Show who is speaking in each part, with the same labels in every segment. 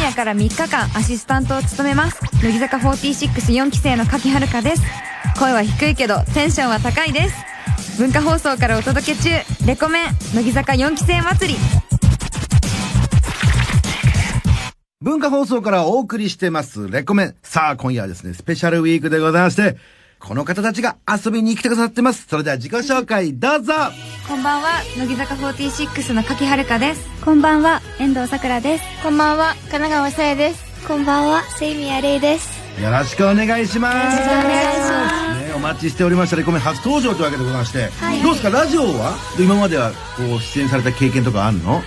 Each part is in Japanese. Speaker 1: 夜から3日間アシスタントを務めます乃木坂464期生の柿遥香です声は低いけどテンションは高いです文化放送からお届け中レコメン乃木坂4期生祭り
Speaker 2: 文化放送からお送りしてます、レコメン。さあ、今夜はですね、スペシャルウィークでございまして、この方たちが遊びに来てくださってます。それでは自己紹介どうぞ
Speaker 1: こんばんは乃木坂46の柿遥香です
Speaker 3: こんばんは、遠藤さくらです。
Speaker 4: こんばんは、神奈川さやです。
Speaker 3: こんばんは、セイミアレイです。
Speaker 2: よろしくお願いします。よろしくお願いします。ね、お待ちしておりましたレコメン初登場というわけでございまして、どうですか、ラジオは今まではこう出演された経験とかあるの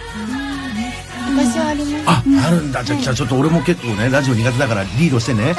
Speaker 4: 私はあります。
Speaker 2: あ、あるんだ。じゃあ、じゃあちょっと俺も結構ね、ラジオ苦手だからリードしてね。よ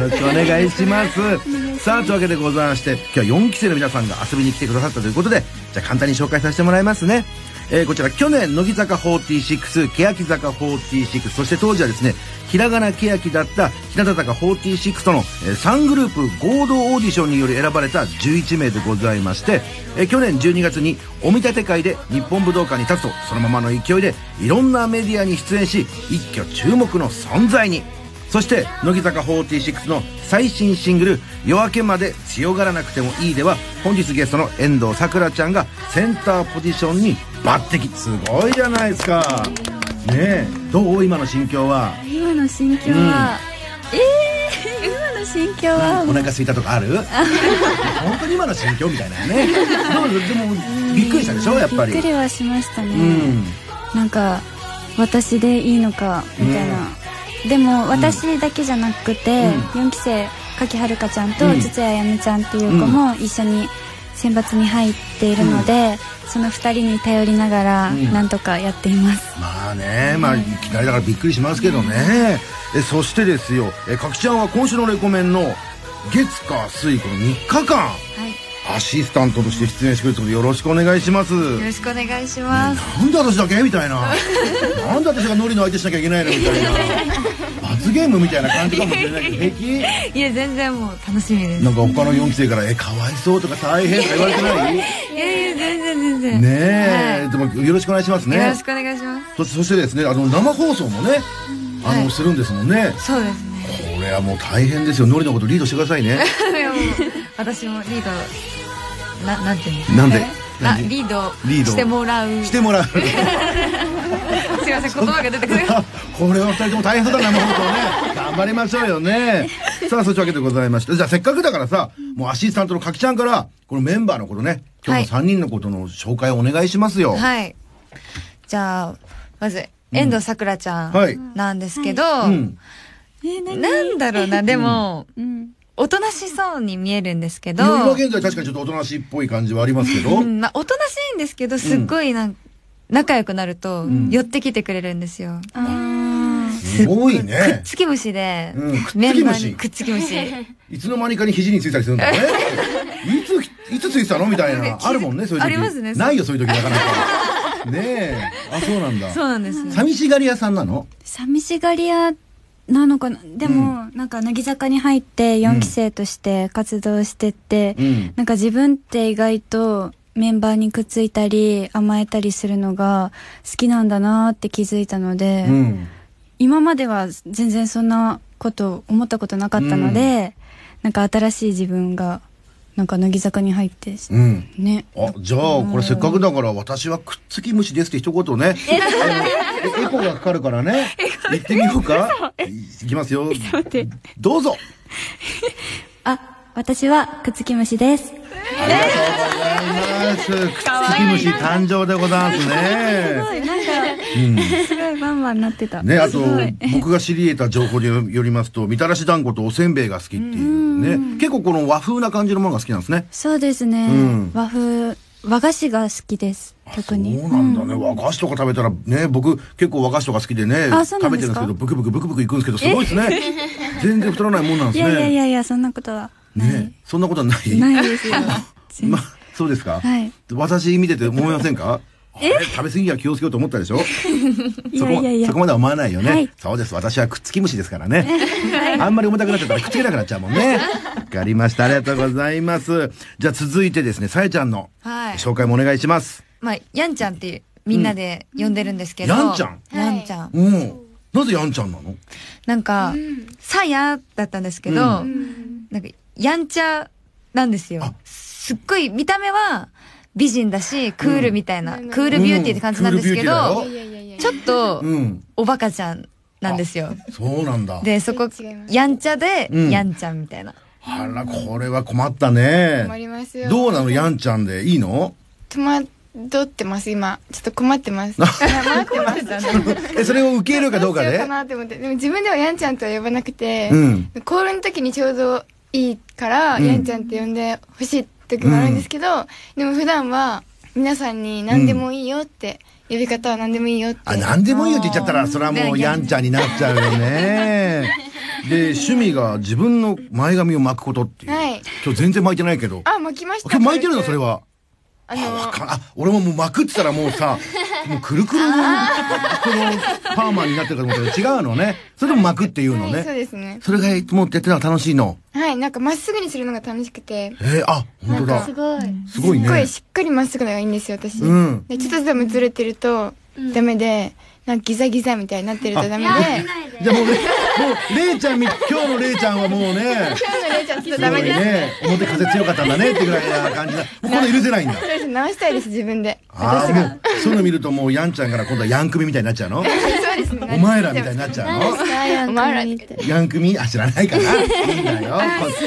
Speaker 2: ろしくお願いします。さあ、というわけでございまして、今日は4期生の皆さんが遊びに来てくださったということで、じゃあ簡単に紹介させてもらいますね。えーこちら、去年、乃木坂46、欅坂46、そして当時はですね、ひらがな欅だった日向坂46との、えー3グループ合同オーディションにより選ばれた11名でございまして、えー去年12月にお見立て会で日本武道館に立つと、そのままの勢いでいろんなメディアに出演し、一挙注目の存在に。そして乃木坂46の最新シングル「夜明けまで強がらなくてもいい」では本日ゲストの遠藤さくらちゃんがセンターポジションに抜擢すごいじゃないですかねえどう今の心境は
Speaker 3: 今の心境は、えー、今の心境は、
Speaker 2: お腹すいたとかあ る本当に今の心境みたいなねどうでもびっくりしたでしょやっぱり
Speaker 3: びっくりはしましたね。
Speaker 2: うん
Speaker 3: なんか、私でいいのか、みたいな。でも、私だけじゃなくて、4期生、柿遥香ちゃんと、
Speaker 2: うん
Speaker 3: 筒谷あやめちゃんっていう子も一緒に選抜に入っているので、その二人に頼りながら、
Speaker 2: ん
Speaker 3: なんとかやっています。
Speaker 2: まあね、まあ、いきなりだからびっくりしますけどね。えそしてですよ、えかきちゃんは今週のレコメンの月火水この3日間、
Speaker 3: はい。
Speaker 2: アシスタントとして出演してくれるのでよろしくお願いします。
Speaker 1: よろしくお願いします
Speaker 2: なんで私だけみた いな。なんで私がノリの相手しなきゃいけないのみたいな。罰ゲームみたいな感じかもしれないけど、平気
Speaker 1: いや全然もう楽しみです
Speaker 2: なんか他の4期生から、え、かわいそうとか大変とか言われてないね
Speaker 1: いやいや全然全然
Speaker 2: え、でもよろしくお願いしますね。
Speaker 1: よろしくお願いしま
Speaker 2: そしてそしてですねあの生放送もねあの、
Speaker 1: はい
Speaker 2: するんですもんね
Speaker 1: すそうです ね
Speaker 2: これはもう大変ですよノリのことリードしてください ね
Speaker 1: いやもう私もリードななんていうんですか
Speaker 2: なんで
Speaker 1: な
Speaker 2: なんで
Speaker 1: リード
Speaker 2: リード
Speaker 1: してもらう
Speaker 2: して もらうこ
Speaker 1: すいません言葉が出てくる
Speaker 2: れは二人とも大変そうだ生放 送ね頑張りましょうよねさあそういうわけでございましてじゃあせっかくだからさもうアシスタントのかきちゃんからこのメンバーのことね今日の3人のことの紹介をお願いしますよい、
Speaker 1: はいじゃあまず遠藤さくらちゃ
Speaker 2: はい
Speaker 1: んなんですけど、
Speaker 2: うん、
Speaker 1: なんだろうなでも、
Speaker 3: うん。
Speaker 1: おとなしそうに見えるんですけど、
Speaker 2: 今現在確かにちょっとおとなしいっぽい感じはありますけど、
Speaker 1: うんまあ、おとなしいんですけどすっごいなん仲良くなると
Speaker 2: ん
Speaker 1: 寄ってきてくれるんですよ、
Speaker 3: あー
Speaker 2: すごい
Speaker 1: くっ
Speaker 2: ね
Speaker 1: つき虫で、
Speaker 2: うんくっつき虫
Speaker 1: メンバーにくっつき虫
Speaker 2: いつの間にかに肘についたりするんだよ ね。いつ、いつついてたのみたいな。あるもんね、そういう時。
Speaker 1: ありますね
Speaker 2: ないよ、そういう時な かなか。ねえ。あ、そうなんだ。
Speaker 1: そうなんですよ
Speaker 2: 寂しがり屋さんなの
Speaker 3: 寂しがり屋なのかなでも、なんか乃木坂に入って4期生として活動してって、
Speaker 2: うん。
Speaker 3: なんか自分って意外とメンバーにくっついたり甘えたりするのが好きなんだなって気づいたので、
Speaker 2: うん。
Speaker 3: 今までは全然そんなこと思ったことなかったので、なんか新しい自分がなんか乃木坂に入ってし
Speaker 2: うん。
Speaker 3: ね
Speaker 2: あ、じゃあ、これせっかくだから、私はくっつき虫ですって一言 ね。あのえエコーがかかるからね。行ってみようか。いきますよ。どうぞ。
Speaker 3: あ私はくっつき虫です
Speaker 2: ありがとうございます。くっつき虫誕生でございますね。
Speaker 3: なんか、 すごいバンバンなってた、
Speaker 2: ね、あと、僕が知り得た情報によりますと、みたらし団子とおせんべいが好きっていうね。結構この和風な感じのものが好きなんですね。
Speaker 3: そうですね、
Speaker 2: うん
Speaker 3: 和風和菓子が好きです特に
Speaker 2: そうなんだね。和菓子とか食べたらね、僕結構和菓子とか好きでね、
Speaker 3: あそうな
Speaker 2: 食
Speaker 3: ん
Speaker 2: べ
Speaker 3: で
Speaker 2: てるんです
Speaker 3: すか
Speaker 2: けど、ブクブクブクブクいくんですけど、すごいですね。 全然太らないもんなん
Speaker 3: い
Speaker 2: です
Speaker 3: や
Speaker 2: ね。
Speaker 3: いやいやいやそんなことは
Speaker 2: ね、そんなことはない。
Speaker 3: ないですよ全
Speaker 2: まあ、そうですか、
Speaker 3: はい
Speaker 2: 私見てて思いませんかあれ食べ過ぎは気をつけようと思ったでしょ そこ
Speaker 3: いやいやいや
Speaker 2: そこまでは思わないよね、
Speaker 3: はい
Speaker 2: そうです。私はくっつき虫ですからね。あんまり重たくなっちゃったらくっつけなくなっちゃうもんね。わかりました。ありがとうございます。じゃあ続いてですね、さえちゃんの
Speaker 1: はい
Speaker 2: 紹介もお願いします。
Speaker 1: まあやんちゃんってみんなで呼んでるんですけど、
Speaker 2: やんちゃん
Speaker 1: やんちゃん
Speaker 2: うん。なぜやんちゃんなの
Speaker 1: なんか、さやだったんですけど、
Speaker 2: う
Speaker 1: なんか、やんちゃなんですよ
Speaker 2: あ。
Speaker 1: すっごい、見た目は美人だし、クールみたいな、
Speaker 4: うん
Speaker 1: クールビューティーって感じなんですけ
Speaker 2: うんクール
Speaker 1: ど、
Speaker 2: ビューティーだよ
Speaker 4: いやいやいやいや。
Speaker 1: ちょっと、
Speaker 2: うん。
Speaker 1: おバカちゃんなんですよ。
Speaker 2: そうなんだ。
Speaker 1: で、そこ
Speaker 4: 違いま、す
Speaker 1: やんちゃで、
Speaker 2: うん
Speaker 1: やんちゃんみたいな。
Speaker 2: あら、これは困ったね。
Speaker 4: 困りますよ
Speaker 2: どうなのやんちゃんで。いいの
Speaker 4: 戸惑ってます、今。ちょっと困ってます。困ってます。
Speaker 2: え、それを受け入れるかどうか
Speaker 4: どうしよ
Speaker 2: で
Speaker 4: うかなって思って。でも自分ではやんちゃんとは呼ばなくて、
Speaker 2: うん。
Speaker 4: コールの時にちょうどいいから、
Speaker 2: うん
Speaker 4: やんちゃんって呼んでほしい時もあるんですけど、でも普段は皆さんに何でもいいよって、呼び方は何でもいいよって。
Speaker 2: あ、なんでもいいよって言っちゃったら、それはもうやんちゃんになっちゃうよ ね。で、趣味が自分の前髪を巻くことっていう。
Speaker 4: はい
Speaker 2: 今日全然巻いてないけど。
Speaker 4: あ、巻きまし
Speaker 2: 今日
Speaker 4: た。
Speaker 2: 巻いてるのそれ
Speaker 4: は。
Speaker 2: は。あ
Speaker 4: あ
Speaker 2: わ
Speaker 4: の、
Speaker 2: かんあ、俺ももう巻くって言ったらもう さ、もうくるくるの、このパーマになってるかと思ったけど、違うのね。それでも巻くっていうの
Speaker 4: はい、そう
Speaker 2: ね。
Speaker 4: ですね。
Speaker 2: それがいつもやってるのは楽しいの。
Speaker 4: はい、なんかまっすぐにするのが楽しくて。
Speaker 2: えー、あ、本当
Speaker 4: なん
Speaker 2: だ
Speaker 4: かす。ごい。
Speaker 2: すごいね
Speaker 4: すっごいしっかりまっすぐのがいいんですよ、私。
Speaker 2: うん
Speaker 4: でちょっとでもずれてると、ダメで、なんかギザギザみたいになってるとダメで、
Speaker 2: じゃあもうね、もう、れいちゃんみ、今日のれいちゃんはもうね、
Speaker 4: 今日のレイちゃんちょ
Speaker 2: すご
Speaker 4: っと ダメ
Speaker 2: い
Speaker 4: です。
Speaker 2: ね、表風強かったんだねってぐらいな 感じだ。もうこれ許せないんだ。
Speaker 4: そうです直したいです、自分で。
Speaker 2: ああ、も
Speaker 4: 私が。
Speaker 2: う、そういうの見るともう、やんちゃんから今度はヤン組みたいになっちゃう の
Speaker 4: そうですね。
Speaker 2: お前らみたいになっちゃうの
Speaker 4: お前らって。
Speaker 2: ヤン組あ、知らないかないいんだよ。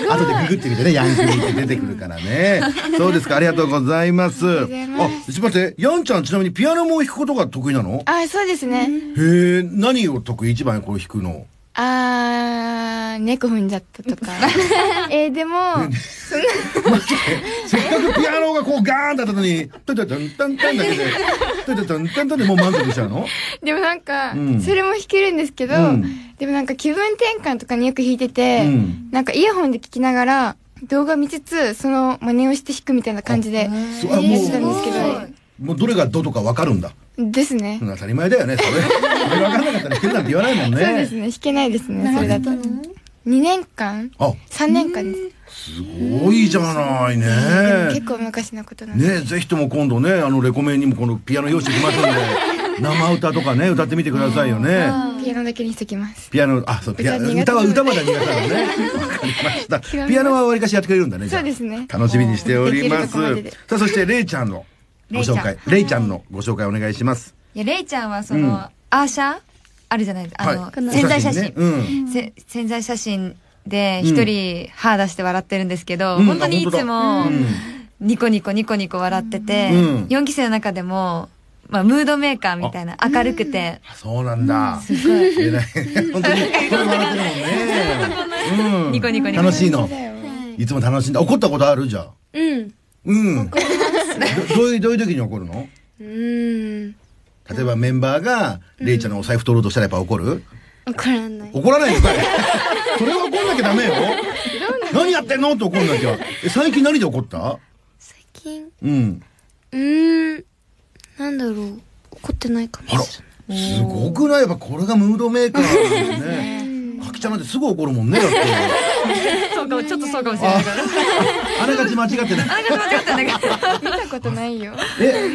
Speaker 2: あとでググってみてね、ヤン組って出てくるから ね。そうですか、ありがとうございます。あ、ち
Speaker 4: りがとうございま
Speaker 2: ょっと待って、ヤンちゃんちなみにピアノも弾くことが得意なの
Speaker 4: あ、そうですね。
Speaker 2: へえ、何を得意一番こう弾くの
Speaker 4: あー、猫踏んじゃったとか。えー、でも、
Speaker 2: せっかくピアノがこうガーンだったのに、トントントントントン だけで、トントントントントンでもう満足しちゃうの
Speaker 4: でもなんか
Speaker 2: うん、
Speaker 4: それも弾けるんですけど
Speaker 2: うん、
Speaker 4: でもなんか気分転換とかによく弾いてて
Speaker 2: うん、
Speaker 4: なんかイヤホンで聞きながら、動画見つつ、その真似をして弾くみたいな感じで、やっ
Speaker 2: そうあ
Speaker 4: てたんですけ
Speaker 2: も
Speaker 4: ど、
Speaker 2: う、もうどれがどとかわかるんだ。
Speaker 4: ですね。
Speaker 2: 当たり前だよね。それ、 それわかんなかったら弾けるなんて言わないもん
Speaker 4: そうで
Speaker 2: ね
Speaker 4: す。ね、弾けないですね、それだと。2年間
Speaker 2: あ、
Speaker 4: ?3 年間です。
Speaker 2: すごいじゃない
Speaker 4: でも
Speaker 2: ね
Speaker 4: 結。構昔のことなんで。
Speaker 2: ねぜひとも今度ね、あの、レコメンにもこのピアノ用意してきますんで、生歌とかね、歌ってみてくださいよね。
Speaker 4: ピアノだけにしときます。
Speaker 2: ピアノ、あ、そう、ピア
Speaker 4: 歌苦手
Speaker 2: 歌は歌まだ苦手なのね。わかりました。ピアノはわりかしやってくれるんだね、じゃあ
Speaker 4: そうですね
Speaker 2: 楽しみにしております
Speaker 4: できるとこまでで。
Speaker 2: さあ、そして、れいちゃんのご紹介。れいちゃんのご紹介お願いします。
Speaker 1: いや、レイちゃんはそ
Speaker 2: うん
Speaker 1: の、アーシャあるじゃないですか。あの、潜在写真
Speaker 2: ね。うん。
Speaker 1: せ潜在写真で
Speaker 2: うん
Speaker 1: 一人歯出して笑ってるんですけど、
Speaker 2: うん
Speaker 1: 本当にいつ
Speaker 2: あ
Speaker 1: も
Speaker 2: 本当だうん
Speaker 1: ニコニコニコニコ笑ってて、
Speaker 2: うん
Speaker 1: 4期生の中でも、まあ、ムードメーカーみたいな明るくて、
Speaker 2: あそうなんだ。す
Speaker 1: すごい
Speaker 2: ごい。本当に、これ笑ってるもんね。うん。
Speaker 1: ニコニコニコ
Speaker 2: 楽しいの。
Speaker 4: はい
Speaker 2: つも楽しんだ。怒ったことあるじゃん。
Speaker 5: うん。
Speaker 2: うん。どどう いう、どういう時に怒るの
Speaker 5: うん。
Speaker 2: 例えばメンバーが、れいちゃんのお財布取ろうとしたらやっぱ怒る
Speaker 5: 怒らない。
Speaker 2: 怒らないのかい それは怒んなきゃダメよ何やってんのって怒んなきゃえ最近何で怒った
Speaker 5: 最近、
Speaker 2: うん
Speaker 5: うーん。なんだろう。怒ってないかもし
Speaker 2: あ
Speaker 5: れ
Speaker 2: ら
Speaker 5: ない。
Speaker 2: すごくないやっぱこれがムードメーカーなんだねかきちゃんなんてすぐ怒るもんねだって
Speaker 1: そうかも、ちょっとそうかもしれ
Speaker 2: あ
Speaker 1: ないから。
Speaker 2: あながち間違ってない
Speaker 1: あれが間違ったんだけど。
Speaker 4: 見たことないよ。
Speaker 2: え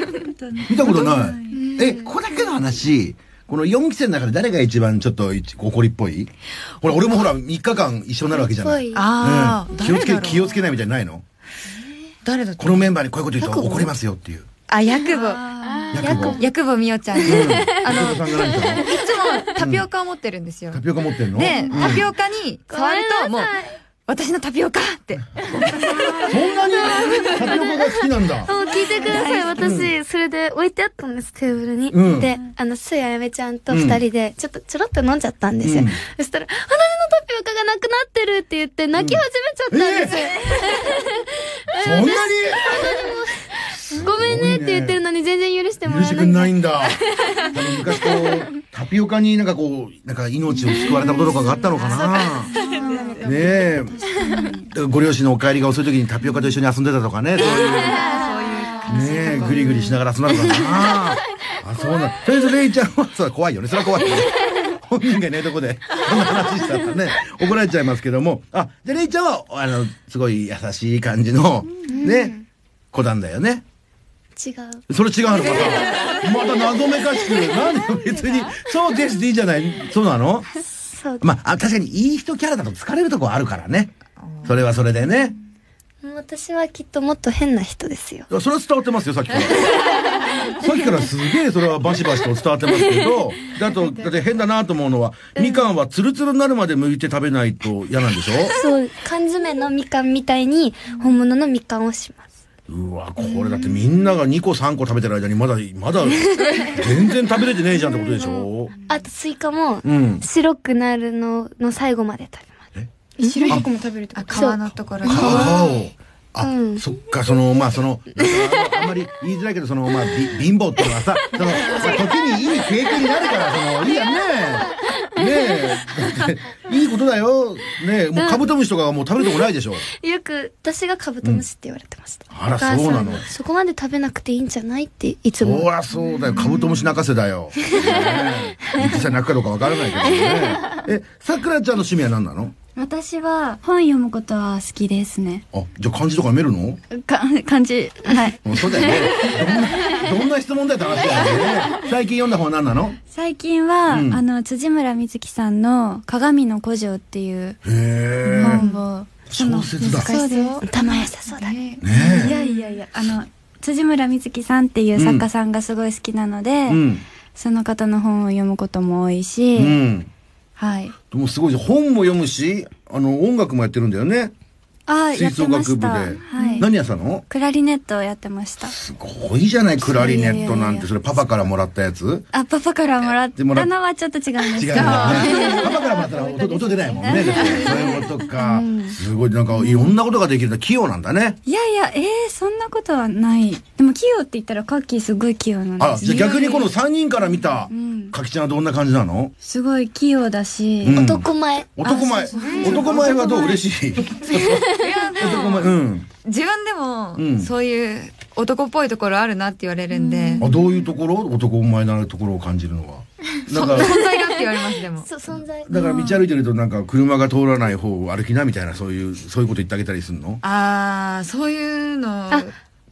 Speaker 2: 見たことないえここだけの話この4期生の中で誰が一番ちょっとい怒りっぽいほら俺もほら3日間一緒になるわけじゃない、
Speaker 5: ぽい
Speaker 1: ああ、
Speaker 2: うん気を
Speaker 1: 誰
Speaker 2: つけ
Speaker 1: だろう
Speaker 2: 気をつけないみたいにないの
Speaker 1: 誰だっ
Speaker 2: このメンバーにこういうこと言うと怒りますよっていう
Speaker 1: あ、ヤクボ。
Speaker 2: 役を
Speaker 1: ヤクボみおちゃん。い
Speaker 2: うん、あの、さんが何か
Speaker 1: つもタピオカを持ってるんですよ。
Speaker 2: タピオカ持ってんの
Speaker 1: で、タピ
Speaker 2: オ
Speaker 1: オカに触ると、もう、私のタピオカって。
Speaker 2: カそんなにタピオカが好きなんだ。
Speaker 5: もう聞いてください。私、それで置いてあったんです、テーブルに。
Speaker 2: うん
Speaker 5: で、あの、すややめちゃんと二人で、ちょっとちょろっと飲んじゃったんですよ。
Speaker 2: うん
Speaker 5: そしたら、鼻のタピオカがなくなってるって言って、泣き始めちゃったんです。
Speaker 2: そんなに
Speaker 5: ごめんねって言ってるのに全然許しても
Speaker 2: 許
Speaker 5: ら
Speaker 2: して
Speaker 5: え
Speaker 2: くん
Speaker 5: な。
Speaker 2: ないいんだ。あの、昔こう、タピオカになんかこう、なんか命を救われたこととかがあったのかな。ねえ。ご両親のお帰りが遅い時にタピオカと一緒に遊んでたとかね、そういう。ねえ、ぐりぐりしながら遊んだのかな。あ、そうなんとりあえず、レイちゃんは、それは怖いよね。それは怖いよね。本人がいないとこで、そんな話したらね、怒られちゃいますけども。あ、じゃあレイちゃんは、あの、すごい優しい感じの、ね、子なんだよね。
Speaker 5: 違う。
Speaker 2: それ違うのかなまた謎めか しく。なんで別に、そうですでいいじゃない。そうなの
Speaker 5: そう。
Speaker 2: まあ、あ確かにいい人キャラだと疲れるとこあるからね。それはそれでね。
Speaker 5: 私はきっともっと変な人ですよ。
Speaker 2: いやそれは伝わってますよ、さっき から。さっきからすげえそれはバシバシと伝わってますけど、だと、だって変だなと思うのは、みかんはツルツルになるまで剥いて食べないと嫌なんでしょ
Speaker 5: そう、缶詰のみかんみたいに本物のみかんをします。
Speaker 2: うわ、これだってみんなが2個3個食べてる間にまだ、ま だ、全然食べれてねえじゃんってことでしょ
Speaker 5: あとスイカも
Speaker 2: うん
Speaker 5: 白くなるのの最後まで食べます。
Speaker 4: 白い箱も食べるってこ
Speaker 1: あ、
Speaker 4: と
Speaker 1: 皮のところに。
Speaker 2: 皮を。あ、
Speaker 5: うん
Speaker 2: そっか、その、まあ、その、なんかあのあんまり言いづらいけど、その、まあ、び貧乏っていうのはさ、その、まあ時にいい経験になるから、その、いいやねえ。ねえ。いいことだよ。ねえ、もうカブトムシとかはもう食べるとこないでしょ。
Speaker 5: よく私がカブトムシって言われてました。
Speaker 2: あら
Speaker 5: お母さん
Speaker 2: そうなの
Speaker 5: にそこまで食べなくていいんじゃないっていつも。
Speaker 2: そりゃそうだよ。カブトムシ泣かせだよ。ねえ。実際泣くかどうかわからないけどね。え、さくらちゃんの趣味は何なの
Speaker 3: 私は本読むことは好きですね。
Speaker 2: あ、じゃあ漢字とか読めるの
Speaker 3: か、漢字。はい。
Speaker 2: うんそうだよね。どんな、どんな質問だよって話だよね。最近読んだ本は何なの
Speaker 3: 最近は、
Speaker 2: うん
Speaker 3: あの、辻村瑞希さんの鏡の古城っていう
Speaker 2: へえ。
Speaker 3: 本を、
Speaker 2: 小説だ。
Speaker 3: そうです。
Speaker 5: 頭良さそうだね。
Speaker 2: ね
Speaker 3: いやいやいや、あの、辻村瑞希さんっていう作家さんがすごい好きなので、
Speaker 2: え。うん。
Speaker 3: その方の本を読むことも多いし、
Speaker 2: うん。
Speaker 3: はい。
Speaker 2: でもすごいじゃん本も読むし、あの、音楽もやってるんだよね。
Speaker 3: あ、や
Speaker 2: 吹
Speaker 3: って
Speaker 2: 奏
Speaker 3: ま
Speaker 2: 楽
Speaker 3: し
Speaker 2: 部で。
Speaker 3: た。はい。
Speaker 2: 何やってたの
Speaker 3: クラリネットをやってました。
Speaker 2: すごいじゃない、クラリネットなん
Speaker 3: いやいやい
Speaker 2: て。
Speaker 3: や
Speaker 2: それパパからもらったやつ
Speaker 3: あ、パパからもらっ
Speaker 2: で
Speaker 3: た
Speaker 2: もらっ
Speaker 3: のはちょっと違うんです
Speaker 2: 違う
Speaker 3: けど
Speaker 2: よね。。 パパからもらったら音音出ないもんね。そういうことか。すごい、なんかいろんなことができるんだ。器用なんだね。
Speaker 3: いやいや、えー、そんなことはない。でも器用って言ったらカッキーすごい器用なん
Speaker 2: あ、
Speaker 3: です
Speaker 2: じゃあ
Speaker 3: よ。
Speaker 2: 逆にこの3人から見た
Speaker 3: ん、
Speaker 2: かきちゃんはどんな感じなの
Speaker 3: すごい器用だし、
Speaker 2: うん
Speaker 5: 男前。
Speaker 2: 男前。男前はどう嬉しい。
Speaker 1: いや、で
Speaker 2: 男
Speaker 1: も、
Speaker 2: 前。うん。
Speaker 1: 自
Speaker 2: う
Speaker 1: 分で
Speaker 2: ん
Speaker 1: も、そういう男っぽいところあるなって言われるんで、
Speaker 2: あ、どういうところ男前なところを感じるの は。なんか
Speaker 1: 存、在だって言われます、でも。
Speaker 5: そ存在。
Speaker 2: だから道歩いてるとなんか車が通らない方を歩きなみたいなそういう、そういうこと言ってあげたりするの
Speaker 1: あー、そういうの。
Speaker 5: あ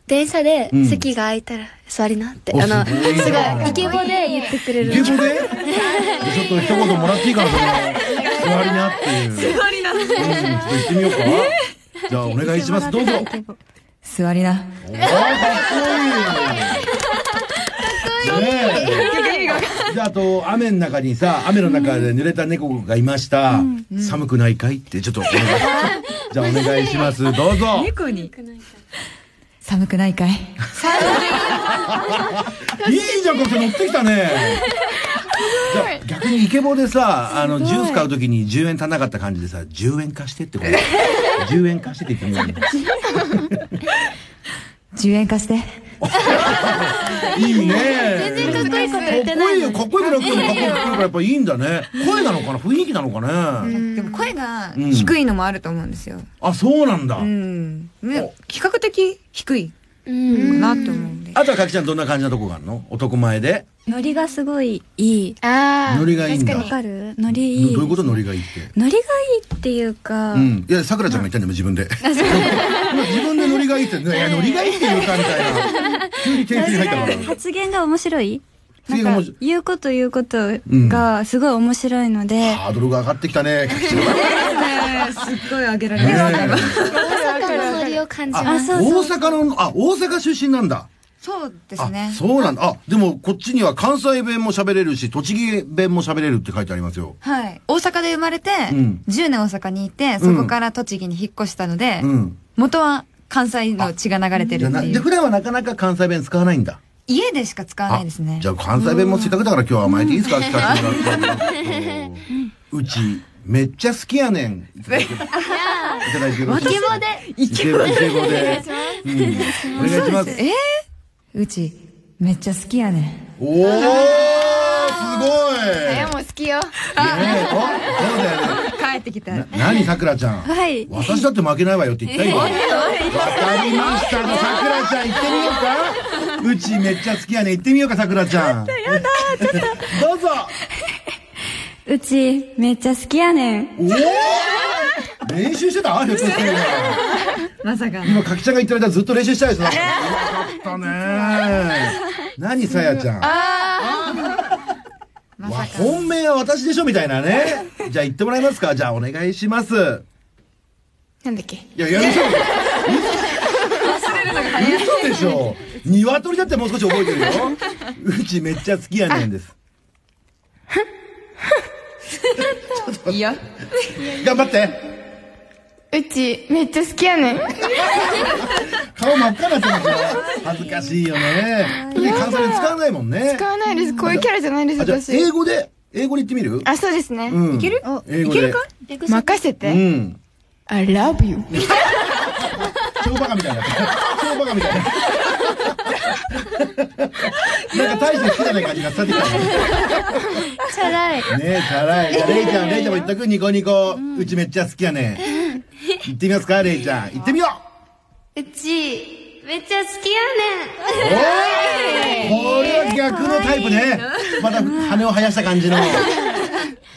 Speaker 5: 電車で
Speaker 2: うん
Speaker 5: 席が空いたら座りなって、
Speaker 2: お
Speaker 5: あの
Speaker 2: すごいな
Speaker 5: すごいイケボで言ってくれ
Speaker 2: イ
Speaker 5: る
Speaker 2: ケボ でちょっと一言もらっていいかな、それは。座りなっていう。座りなって。ちょっと行ってみようか。じゃあお願いします。どうぞ。おーかっこ
Speaker 1: 座りな。
Speaker 2: いい。ねえじゃああと雨の中にさ雨の中で濡れた猫がいました、寒くないかいってちょっとお願いじゃあお願いしますどうぞ
Speaker 1: 猫に。寒くないかい
Speaker 2: いいじゃん、こっち乗ってきたね。じゃあ逆にイケボでさ、あの、ジュース買うときに10円足んなかった感じでさ、10円貸してって こと。10円貸してって言ってみよ
Speaker 1: ?10 円貸して。
Speaker 2: う。いいね。全
Speaker 5: 全然かっこいいこと
Speaker 2: か
Speaker 5: 言っ
Speaker 2: ってこ
Speaker 5: ない
Speaker 2: い
Speaker 5: の
Speaker 2: よ、
Speaker 5: に
Speaker 2: かっこよくなくてもかっこよくなるからやっぱいいんだね。声なのかな雰囲気なのかね。
Speaker 1: でも声が
Speaker 2: うん
Speaker 1: 低いのもあると思うんですよ。
Speaker 2: あ、そうなんだ
Speaker 1: う。ん。ね、比較的低い
Speaker 5: うん
Speaker 1: かなって思うんで。
Speaker 2: あとはかきちゃんどんな感じのとこがあるの男前で。
Speaker 3: ノリがすごいいい。
Speaker 4: ああ
Speaker 2: ノリがいいんだ
Speaker 3: わ
Speaker 4: 確か
Speaker 3: かるノリいい。
Speaker 2: どういうことノリがいいって。
Speaker 3: ノリがいいっていうか、
Speaker 2: うん。いや、さくらちゃんが言ったんでも自分で。自分でノリがいいって、いや、ノリがいいって言うかみたいな。急に点数入ったから。
Speaker 3: 発言が面白い
Speaker 2: 発
Speaker 3: な
Speaker 2: 言が面
Speaker 3: ん
Speaker 2: 白
Speaker 3: か
Speaker 2: い
Speaker 3: 言うこと言うことがすごい面白いので、
Speaker 2: ハードルが上がってきたね。
Speaker 1: ねすっごい上げられ
Speaker 2: ね
Speaker 1: ました。
Speaker 5: 大阪のノリを感じま
Speaker 3: あ
Speaker 5: す
Speaker 3: そ
Speaker 2: 大
Speaker 3: うそう
Speaker 2: 阪の、あ、大阪出身なんだ。
Speaker 1: そうです
Speaker 2: あ
Speaker 1: ね、。
Speaker 2: そうなんだ。あ、でもこっちには関西弁も喋れるし、栃木弁も喋れるって書いてありますよ。
Speaker 1: はい。大阪で生まれて、
Speaker 2: うん
Speaker 1: 10年大阪にいて、そこから栃木に引っ越したので、
Speaker 2: うん。
Speaker 1: 元は関西の血が流れて
Speaker 2: じ
Speaker 1: る
Speaker 2: ゃあ
Speaker 1: って
Speaker 2: な、
Speaker 1: い
Speaker 2: で、
Speaker 1: う。
Speaker 2: 普段はなかなか関西弁使わないんだ。
Speaker 1: 家でしか使わないですね
Speaker 2: じ。ゃあ関西弁もせっかくだから今日は甘えていいですか聞かせてもらって。 うち、めっちゃ好きやねん。いただいてよろしい
Speaker 5: イ
Speaker 2: で
Speaker 5: ケ
Speaker 2: すか
Speaker 5: ボで
Speaker 2: イケボで。イケボで。うんお願いします。
Speaker 1: えーうち、めっちゃ好きやねん。
Speaker 2: おーすごい
Speaker 4: にいやもう好きよ
Speaker 2: ねえおそうだよね。
Speaker 1: 帰ってきた。
Speaker 2: な何、さくらちゃん。
Speaker 3: はい
Speaker 2: 私だって負けないわよって言 ったよ。わかりました。さくらちゃん行ってみようか。うちめっちゃ好きやね。行ってみようか、さくらちゃん。やだ、ちょっと。どうぞ。
Speaker 3: うちめっちゃ好きやねん。
Speaker 2: おお練習してたひょっとして
Speaker 1: まさかの。
Speaker 2: 今、かきちゃんが言ってる間ずっと練習したいです ね。よかったね。何、さやちゃん。
Speaker 1: ま
Speaker 2: わ
Speaker 1: さかの。
Speaker 2: 本命は私でしょみたいなね。じゃあ言ってもらえますかじゃあお願いします。
Speaker 4: なんだっけ
Speaker 2: いや、いやめ嘘でしょ鶏だってもう少し覚えてるよ。うちめっちゃ好きやねんです。
Speaker 1: いいよ。
Speaker 2: 頑張って
Speaker 4: うちめっちゃ好きやねん
Speaker 2: 顔真っ赤になってますよ。恥ずかしいよね。で関西弁使わないもんね
Speaker 4: 使。わないですこういうキャラじゃないです
Speaker 2: あ、じゃあ
Speaker 4: 私
Speaker 2: 英語で、英語で言ってみる
Speaker 4: あそうですね、
Speaker 2: うん。い
Speaker 1: ける
Speaker 2: 英語
Speaker 1: いけ
Speaker 2: で
Speaker 1: るか。
Speaker 4: 任せて、
Speaker 2: うん
Speaker 4: I love you
Speaker 2: 超バカみたいな。超バカみたいな。なんか大して 好きじゃない感じが伝わってきたね。
Speaker 5: チャラい。
Speaker 2: ねえ、チャラい。じゃあ、レイちゃん、レイちゃんも言っとくニコニコ。うちめっちゃ好きやね。行ってみますか、レイちゃん。行ってみよう
Speaker 5: うち、めっちゃ好きや
Speaker 2: おーこれは逆のタイプね。また羽を生やした感じの。ね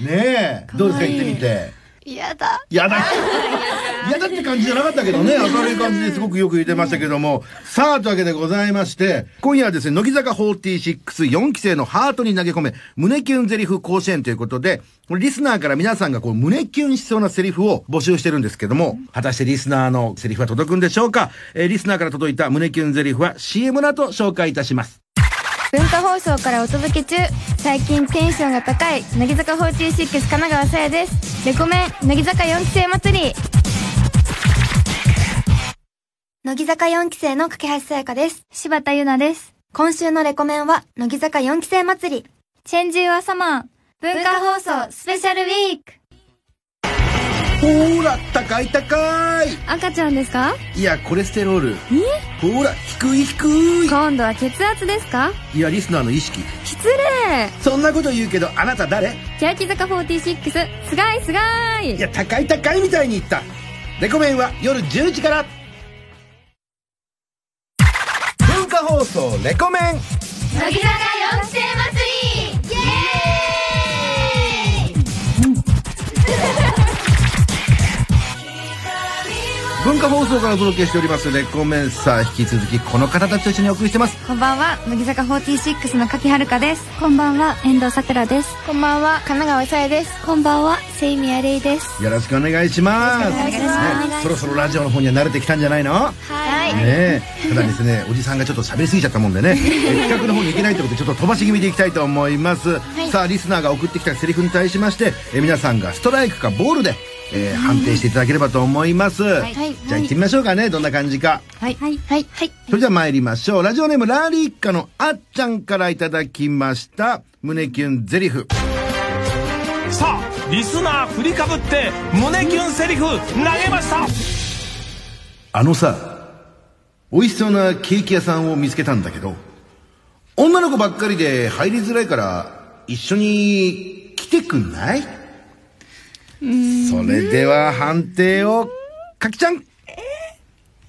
Speaker 2: え、どうですか、行ってみて。
Speaker 5: ねん。やだ。
Speaker 2: やだやだって感じじゃなかったけどね、明るい感じですごくよく言ってましたけども。さあ、というわけでございまして、今夜はですね、乃木坂464期生のハートに投げ込め、胸キュンゼリフ甲子園ということで、これリスナーから皆さんがこう胸キュンしそうなセリフを募集してるんですけども、果たしてリスナーのセリフは届くんでしょうかえーリスナーから届いた胸キュンゼリフは CM の後紹介いたします。
Speaker 4: 文化放送からお届け中最近テンションが高い乃木坂46神奈川さやですレコメン乃木坂4期生祭り
Speaker 6: 乃木坂4期生の架橋さやかです。柴田優奈です。今週のレコメンは、乃木坂4期生祭り。チェンジユアサマー。文化放送スペシャルウィーク。
Speaker 2: ほら、高い高い
Speaker 5: 赤ちゃんですか
Speaker 2: いや、コレステロール。ほら、低い低い
Speaker 5: 今度は血圧ですか
Speaker 2: いや、リスナーの意識。
Speaker 5: 失礼
Speaker 2: そんなこと言うけど、あなた誰
Speaker 5: 欅坂46、すがいすが
Speaker 2: い
Speaker 5: い
Speaker 2: や、高い高いみたいに言った。レコメンは夜10時から。文化放送レコメン。
Speaker 6: 乃木坂4期生祭りイエーイ
Speaker 2: 文化放送からお届けしておりますレコメンさあ、引き続きこの方たちと一緒にお送りしてます。
Speaker 1: こんばんは、乃木坂46の柿遥香です。
Speaker 5: こんばんは、遠藤さくらです。
Speaker 4: こんばんは神奈川さやです
Speaker 5: こんばんは、せいみやれいです。
Speaker 2: よろしくお願いします。ねそろそろラジオの方には慣れてきたんじゃないのはい。ねえただですね、おじさんがちょっと喋りすぎちゃったもんでね、え企画の方に行けないということで、ちょっと飛ばし気味でいきたいと思います。さあ、リスナーが送ってきたセリフに対しまして、え皆さんがストライクかボールで、えー判定していただければと思います。
Speaker 4: はい
Speaker 2: じゃあ行ってみましょうかね、どんな感じか。
Speaker 1: はい。はい。
Speaker 4: はいはい
Speaker 2: それでは参りましょう。ラジオネームラーリー一家のあっちゃんからいただきました、胸キュンゼリフ。
Speaker 7: さあリスナー振りかぶって胸キュンセリフ投げました
Speaker 2: あのさ、美味しそうなケーキ屋さんを見つけたんだけど、女の子ばっかりで入りづらいから、一緒に来てくんないそれでは判定を、かきちゃん、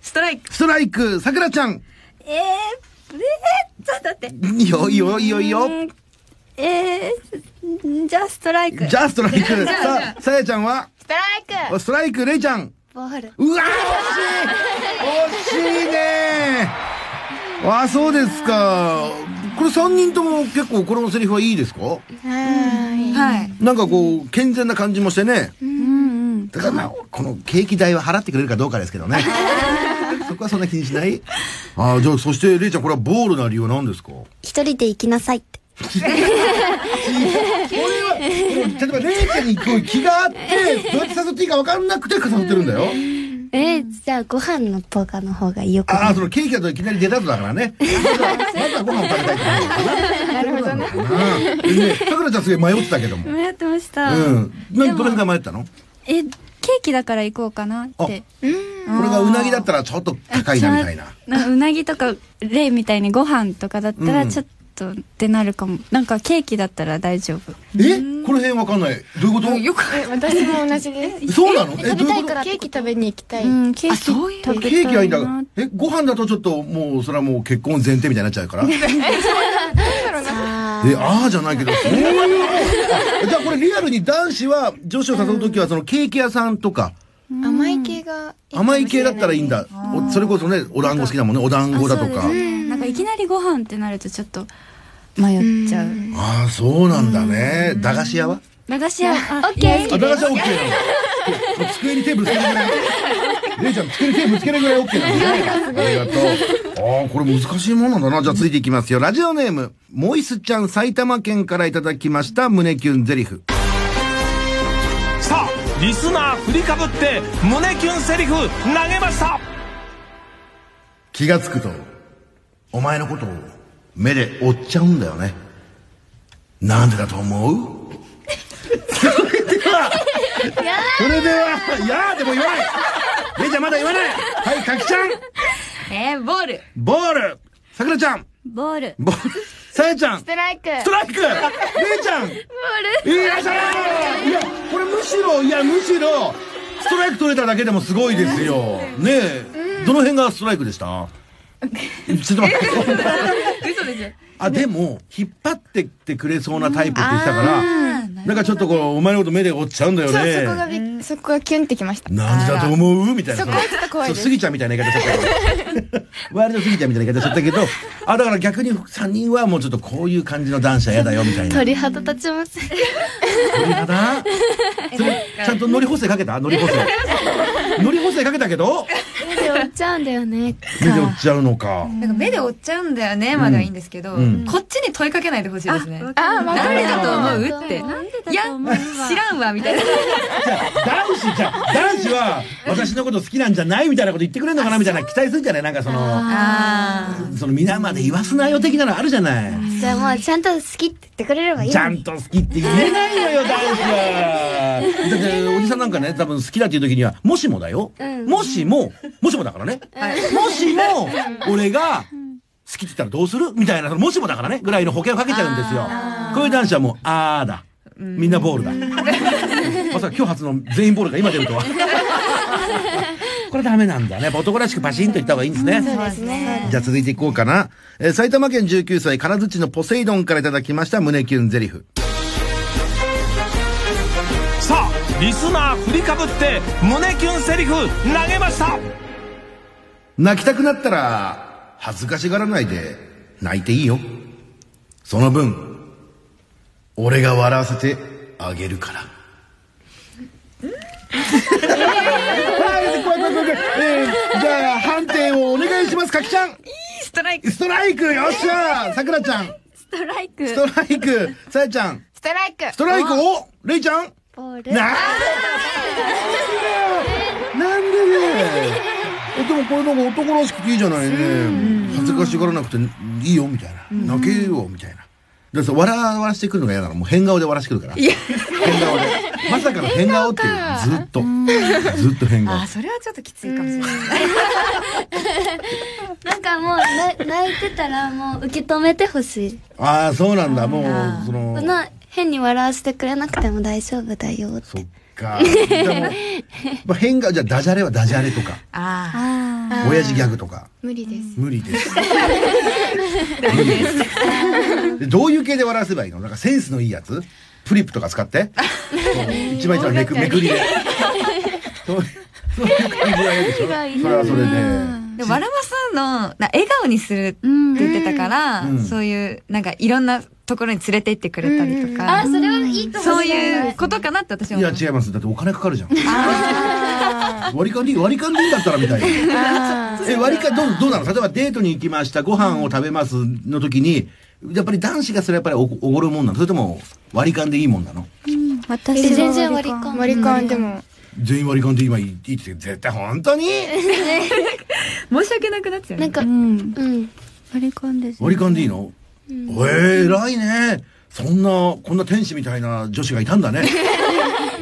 Speaker 1: ストライク。
Speaker 2: ストライク、さくらちゃん。
Speaker 5: えー、えー、ちょっと待って。
Speaker 2: いいよいいよいいよいいよ。
Speaker 5: えー、じゃあストライク。
Speaker 2: じゃあストラ イク。さあ、さやちゃんは、
Speaker 4: ストライ
Speaker 2: ストライク、れいちゃん。
Speaker 5: ボール。
Speaker 2: うわー惜しい惜しいねああそうですかこれ3人とも結構これのセリフはいいですか
Speaker 1: はい。
Speaker 2: なんかこう健全な感じもしてねただまあこのケーキ代は払ってくれるかどうかですけ どねそこはそんな気にしないああじゃあそしてレイちゃんこれはボールな理由は何ですか
Speaker 6: 一人で行きなさいって。
Speaker 2: これは、例えばレイちゃんにこう気があって、どうやって誘っていいか分かんなくて誘ってるんだよ。
Speaker 6: えじゃあご飯のポーカーの方がよく
Speaker 2: ああ、そのケーキだといきなりデザートだからね。まずはご飯を食べたいってことなのかな。なるほどね。さくらちゃんすごい迷ってたけども。
Speaker 3: 迷ってました、
Speaker 2: うん。何、どれぐらい迷ったのこ
Speaker 3: えケーキだから行こうかなって
Speaker 2: れがうなぎだったらちょっと高いなみたいな。
Speaker 3: なうなぎとか例みたいにご飯とかだった
Speaker 2: う
Speaker 3: ら
Speaker 2: ん
Speaker 3: ちょっとってなるかも、なんかケーキだったら大丈夫
Speaker 2: えこの辺わかんない。どういうこ
Speaker 1: よく、
Speaker 4: ク私も同じです
Speaker 2: とそうなのえ、
Speaker 4: 食
Speaker 2: ど
Speaker 4: べ
Speaker 2: う
Speaker 4: た
Speaker 2: いう
Speaker 4: い
Speaker 2: こ
Speaker 4: からケーキ食べに行きたい、
Speaker 3: うんケー
Speaker 1: あ、
Speaker 3: キ
Speaker 1: そういう。
Speaker 2: とケーキはいいんだが、え、ご飯だとちょっともう、それはもう結婚前提みたいになっちゃ うから。え、ああじゃないけど、そういうもん。あじゃあこれリアルに男子は女子を誘うときは、そのケーキ屋さんとか、
Speaker 4: 甘い系がいいかも
Speaker 2: 甘
Speaker 4: しれない
Speaker 2: い系だったらいいんだ。おそれこそね、お団子好きだもんね。お団子だと
Speaker 3: あ
Speaker 2: か
Speaker 3: そうです。ねなんかいきなりご飯ってなるとちょっと迷っちゃう
Speaker 2: ああ、そうなんだね。駄菓子屋は
Speaker 3: 駄菓子屋あ
Speaker 5: オッケー
Speaker 2: あ、駄菓子屋 OK なの。もう机にテーブルつけないぐらい。レイちゃん、机にテーブルつけないぐらい OK なの ね。ありがとう。ああ、これ難しいもんなんだな。じゃあ続いていきますよ。ラジオネーム、モイスちゃん埼玉県からいただきました胸キュンゼリフ。
Speaker 7: さあリスナー振りかぶって胸キュンセリフ投げました
Speaker 2: 気がつくと、お前のことを目で追っちゃうんだよね。なんでだと思うそれでは、それでは、いやーでも言わない。レイちゃんまだ言わない。はい、かきちゃん。
Speaker 1: えー、ボール
Speaker 2: ボール。さくらちゃん。
Speaker 3: ボール
Speaker 2: ボール。さやちゃん。ス
Speaker 4: ストライク
Speaker 2: トライク。レイちゃん。ボール。いや、さやいや、これむしろ、いや、むしろ、ストライク取れただけでもすごいですよ。ねえ、どの辺がストライクでしたちょっと待って。
Speaker 1: 嘘でしょ
Speaker 2: あ、でも、引っ張ってってくれそうなタイプって言ってたから、なんかちょっとこう、お前のこと目で追っちゃうんだよ
Speaker 4: そうそこ
Speaker 2: ね。
Speaker 4: がびっそこがキュンってきました
Speaker 2: なんでだと思うみたいな。
Speaker 4: そこはちょっと怖いです
Speaker 2: そう、スギちゃんみたいな言い方しちゃったけど。 割とスギちゃんみたいな言い方しちゃったけど、あ、だから逆に3人はもうちょっとこういう感じの男子は嫌だよみたいな。
Speaker 5: 鳥肌立ちます。
Speaker 2: 鳥肌それ、ちゃんと乗り補正かけた乗り補正。乗り補正かけたけど、
Speaker 5: 目で追っちゃうんだよね。
Speaker 2: 目で追っちゃうのか。
Speaker 1: なんか目で追っちゃうんだよねまではいいんですけど、
Speaker 2: うん
Speaker 1: こっちに問いかけないでほしいですね。
Speaker 4: あーわか
Speaker 1: 誰
Speaker 4: る
Speaker 1: だと思うって。
Speaker 5: なんで
Speaker 1: い
Speaker 5: だ
Speaker 1: や
Speaker 5: と思うわ。、
Speaker 1: 知らんわ、みたいな。
Speaker 2: じゃあ男子じゃあ男子は私のこと好きなんじゃないみたいなこと言ってくれるのかなみたいな期待するんじゃないなんかその。
Speaker 1: あ
Speaker 2: その皆まで言わすなよ的なのあるじゃない。
Speaker 6: じゃあもうちゃんと好きって言ってくれればいい
Speaker 2: ちゃんと好きって言えないのよ、男子は。だって、おじさんなんかね、多分好きだっていう時には、もしもだよ。もしも、もしもだからね。もしも、俺が、好きって言ったらどうするみたいな、そのもしもだからね、ぐらいの保険をかけちゃうんですよ。こういう男子はもう、あーだ。みんなボールだ。まさか今日初の全員ボールが今出るとは。これダメなんだね。やっぱ男らしくパシンと言った方がいいんですね。
Speaker 1: そうですね。
Speaker 2: じゃあ続いていこうかな。えー埼玉県19歳、金槌のポセイドンからいただきました胸キュンゼリフ。
Speaker 7: さあリスナー振りかぶって胸キュンセリフ投げました
Speaker 2: 泣きたくなったら、恥ずかしがらないで、泣いていいよ。その分、俺が笑わせてあげるから。はい、怖い怖い怖い怖い。えーじゃあ、判定をお願いします、かきちゃん。
Speaker 1: ストライク。
Speaker 2: ストライクよっしゃーさくらちゃん。ストライク。ストライク。さやちゃん。
Speaker 4: ストライク
Speaker 2: ストライクをレイちゃん
Speaker 5: ボー
Speaker 2: なん
Speaker 5: ル。
Speaker 2: でなんでね えでもこれなんか男らしくていいじゃないね恥ずかしがらなくていいよみたいな泣けよみたいなだからさ笑わしてくるのが嫌なのもう変顔で笑わしてくるから変顔でまさかの変顔っていうずっとずっと変顔
Speaker 1: あ、それはちょっときついかもしれない。
Speaker 5: なんかもうな泣いてたらもう受け止めてほしい。
Speaker 2: ああそうなんだもうその
Speaker 5: その変に笑わせてくれなくても大丈夫だよって。
Speaker 2: そっかでもまあ変顔じゃあダジャレはダジャレとか
Speaker 1: あ
Speaker 2: 親父ギャグとか
Speaker 4: 無理です
Speaker 2: 無理 です。無理です。どういう系で笑わせばいいのなんかセンスのいいやつフリップとか使 って。そう一枚一枚めくめくり で。そうそういう感じがいいでしょそれはそれ
Speaker 1: あ。で、
Speaker 2: で。
Speaker 1: わらわさんの、な笑顔にするって言ってたから、
Speaker 2: うん
Speaker 1: そういう、なんかいろんなところに連れて行ってくれたりとか、
Speaker 5: それはいいか
Speaker 1: そういうことかなって私はい
Speaker 2: や
Speaker 1: 思う。
Speaker 2: 違います。だってお金かかるじゃん。 割り勘でいい割り勘でいいんだったらみたいな。え、割り勘どう、どうなの例えばデートに行きました、ご飯を食べますの時に、やっぱり男子がそれやっぱりおおごるもんなのそれとも割り勘でいいもんなの
Speaker 3: 私
Speaker 5: え
Speaker 3: は
Speaker 5: 全然割り勘。
Speaker 4: 割り勘でも
Speaker 2: 全員割り勘で今いいって絶対本当に
Speaker 1: 申し訳なくなっちゃう。
Speaker 5: なんか、
Speaker 3: う
Speaker 5: うんん。
Speaker 3: 割り勘です
Speaker 2: 割り勘でいいの、ええ偉いねそんなこんな天使みたいな女子がいたんだね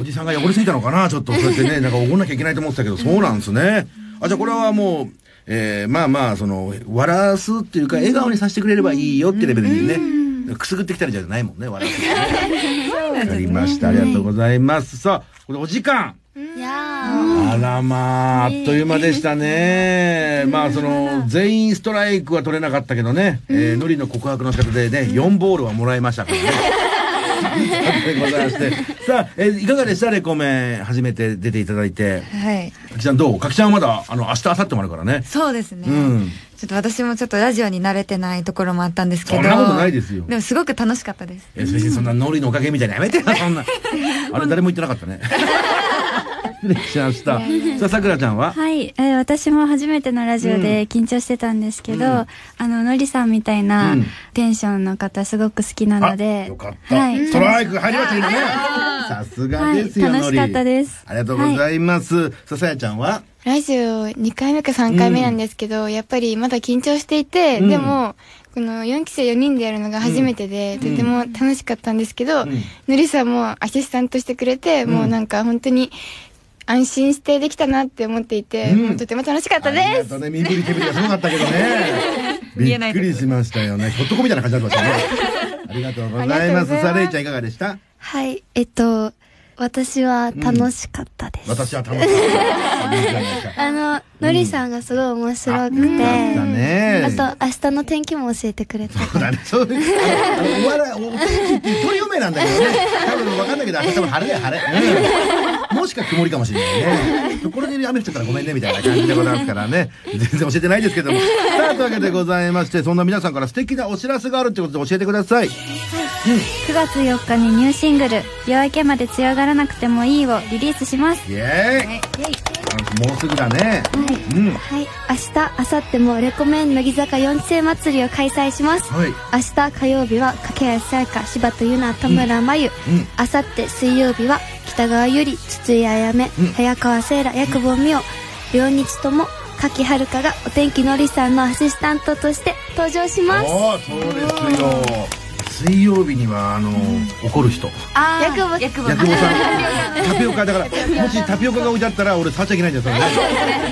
Speaker 2: おじさんが汚れすぎたのかなちょっとそうやってねなんかおごんなきゃいけないと思ってたけどそうなんですねあじゃあこれはもうえー、まあまあその笑わすっていうか笑顔にさせてくれればいいよってレベルにね、くすぐってきたりじゃないもんね笑わすわかりましたありがとうございますさあこれお時間
Speaker 5: いや
Speaker 2: あらまあ、あっという間でしたね。まあ、その、全員ストライクは取れなかったけどね、えー、ノリの告白の仕方でね、4ボールはもらいましたからね。でございまして。 さあ、えーいかがでしたレコメン、初めて出ていただいて。
Speaker 1: はい。
Speaker 2: かきちゃんどうかきちゃんはまだ、あの、明日、明後日もあるからね。
Speaker 1: そうですね。
Speaker 2: うん
Speaker 1: ちょっと私もちょっとラジオに慣れてないところもあったんですけど。
Speaker 2: そんなことないですよ
Speaker 1: でもすごく楽しかったです。
Speaker 2: えー、そしてそんなノリのおかげみたいなやめてよ、そんな。あれ、誰も言ってなかったね。失礼しました。さあ、さくらちゃんは
Speaker 3: はい、えー私も初めてのラジオで緊張してたんですけど、あののりさんみたいな
Speaker 2: うん
Speaker 3: テンションの方すごく好きなの
Speaker 2: あ
Speaker 3: で、
Speaker 2: よかった。
Speaker 3: はい
Speaker 2: トライク入りました、今ね。さすがですよ、
Speaker 3: はい
Speaker 2: ノリ。
Speaker 3: 楽しかったです
Speaker 2: ありがとうございます。ささやちゃんは
Speaker 8: ラジオ2回目か3回目なんですけど、やっぱりまだ緊張していて、
Speaker 2: うん
Speaker 8: でも、この4期生4人でやるのが初めてで、とても楽しかったんですけど、
Speaker 2: ん
Speaker 8: のりさんもアシスタントしてくれて、もうなんか本当に安心してできたなって思っていて、
Speaker 2: うん
Speaker 8: もうとても楽しかったで
Speaker 2: ありが
Speaker 8: す
Speaker 2: とうね。身振り手振りがすごかったけどね。
Speaker 1: 見
Speaker 2: び
Speaker 1: えない
Speaker 2: っ
Speaker 1: と
Speaker 2: く
Speaker 1: こ
Speaker 2: りしましたよね。ひょっとこみたいな感じだったね。 ありがとうございます。さあ、れいちゃんいかがでした
Speaker 5: はい、えっと、私は楽しかったです。
Speaker 2: 私は楽しかった。いいじゃないか
Speaker 5: あの、のりさんがすごい面白くて、
Speaker 2: だ
Speaker 5: あ
Speaker 2: ね。
Speaker 5: と明日の天気も教えてくれた。
Speaker 2: そうだね。そういう、お笑い、お天気っていう鳥嫁なんだけどね。多分わかんないけど、明日も晴れだよ、晴れ。うんもしか曇りかもしれないね。ところで雨降っちゃったらごめんね、みたいな感じでございますからね。全然教えてないですけども。さあ、というわけでございまして、そんな皆さんから素敵なお知らせがあるということで教えてください。
Speaker 3: 9月4日にニューシングル「夜明けまで強がらなくてもいい」をリリースします
Speaker 2: イエーイもうすぐだね。うん。は
Speaker 5: はい、明日、明後日もレコメン乃木坂4期生祭りを開催します。
Speaker 2: い。
Speaker 5: 明日火曜日は掛橋さやか柴田優奈田村真由、
Speaker 2: うん
Speaker 5: 明後日水曜日は北川由里筒井あやめ、
Speaker 2: うん
Speaker 5: 早川せいら薬房美桜両日とも柿遥香がお天気のりさんのアシスタントとして登場します
Speaker 2: おーそうですよ。水曜日には、あの、怒る人。
Speaker 1: あ
Speaker 4: 薬房
Speaker 1: 薬
Speaker 2: 薬房さん、タピオカだから、もしタピオカが置いてあったら、俺触っちゃいけないんだよ、それ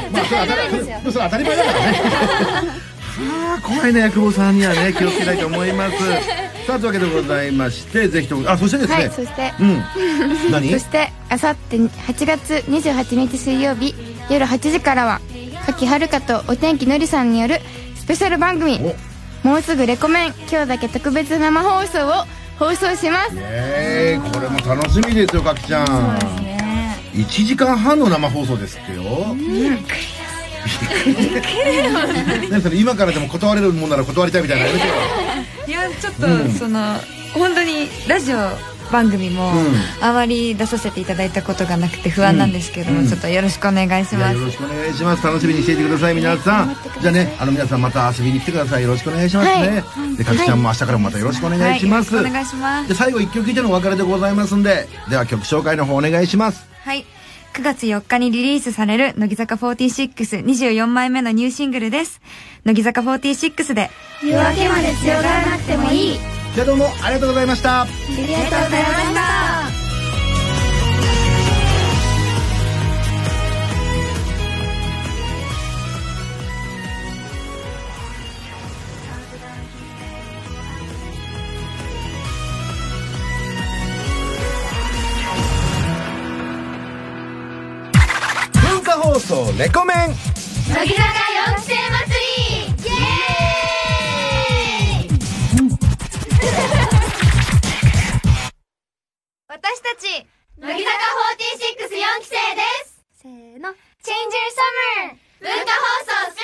Speaker 2: ね。まあ、それは当たそれは当たり前だからね。はあ、怖いね、薬房さんにはね、気をつけたいと思います。さあ、というわけでございまして、ぜひとも、あ、そしてですね。
Speaker 8: はい、そして、
Speaker 2: うん。何
Speaker 8: そして、あさって8月28日水曜日夜8時からは、柿遥香とお天気のりさんによるスペシャル番組、
Speaker 2: お
Speaker 8: もうすぐレコメン今日だけ特別生放送を放送します
Speaker 2: えー、これも楽しみですよ、かきちゃん。1時間半の生放送ですってよ。びっくりだ。何それ今からでも断れるもんなら断りたいみたいなのやめてよ
Speaker 1: いやちょっと、その本当にラジオ番組も
Speaker 2: うん
Speaker 1: あまり出させていただいたことがなくて不安なんですけども、
Speaker 2: うん
Speaker 1: ちょっとよろしくお願いし
Speaker 2: じゃ
Speaker 1: ま
Speaker 2: あ
Speaker 1: す
Speaker 2: よろしくお願いします楽しみにしていてください皆さんじゃあねあの皆さんまた遊びに来てくださいよろしくお願いしますね、でかきちゃんも明日からもまたよろしくお願いします、
Speaker 1: はい、よろしくお願いします
Speaker 2: で最後一曲聴いてのお別れでございますんででは曲紹介の方お願いします
Speaker 1: はい9月4日にリリースされる乃木坂4624枚目のニューシングルです乃木坂46で
Speaker 6: 夜明けまで強がらなくてもいい。
Speaker 2: じゃあどうもありがとうございました
Speaker 6: ありがとうございました。
Speaker 2: 文化放送レコメン
Speaker 4: 乃木坂4期生祭りイエーイ私たち乃木坂464期生ですせーの Change your summer 文化放送スペシャル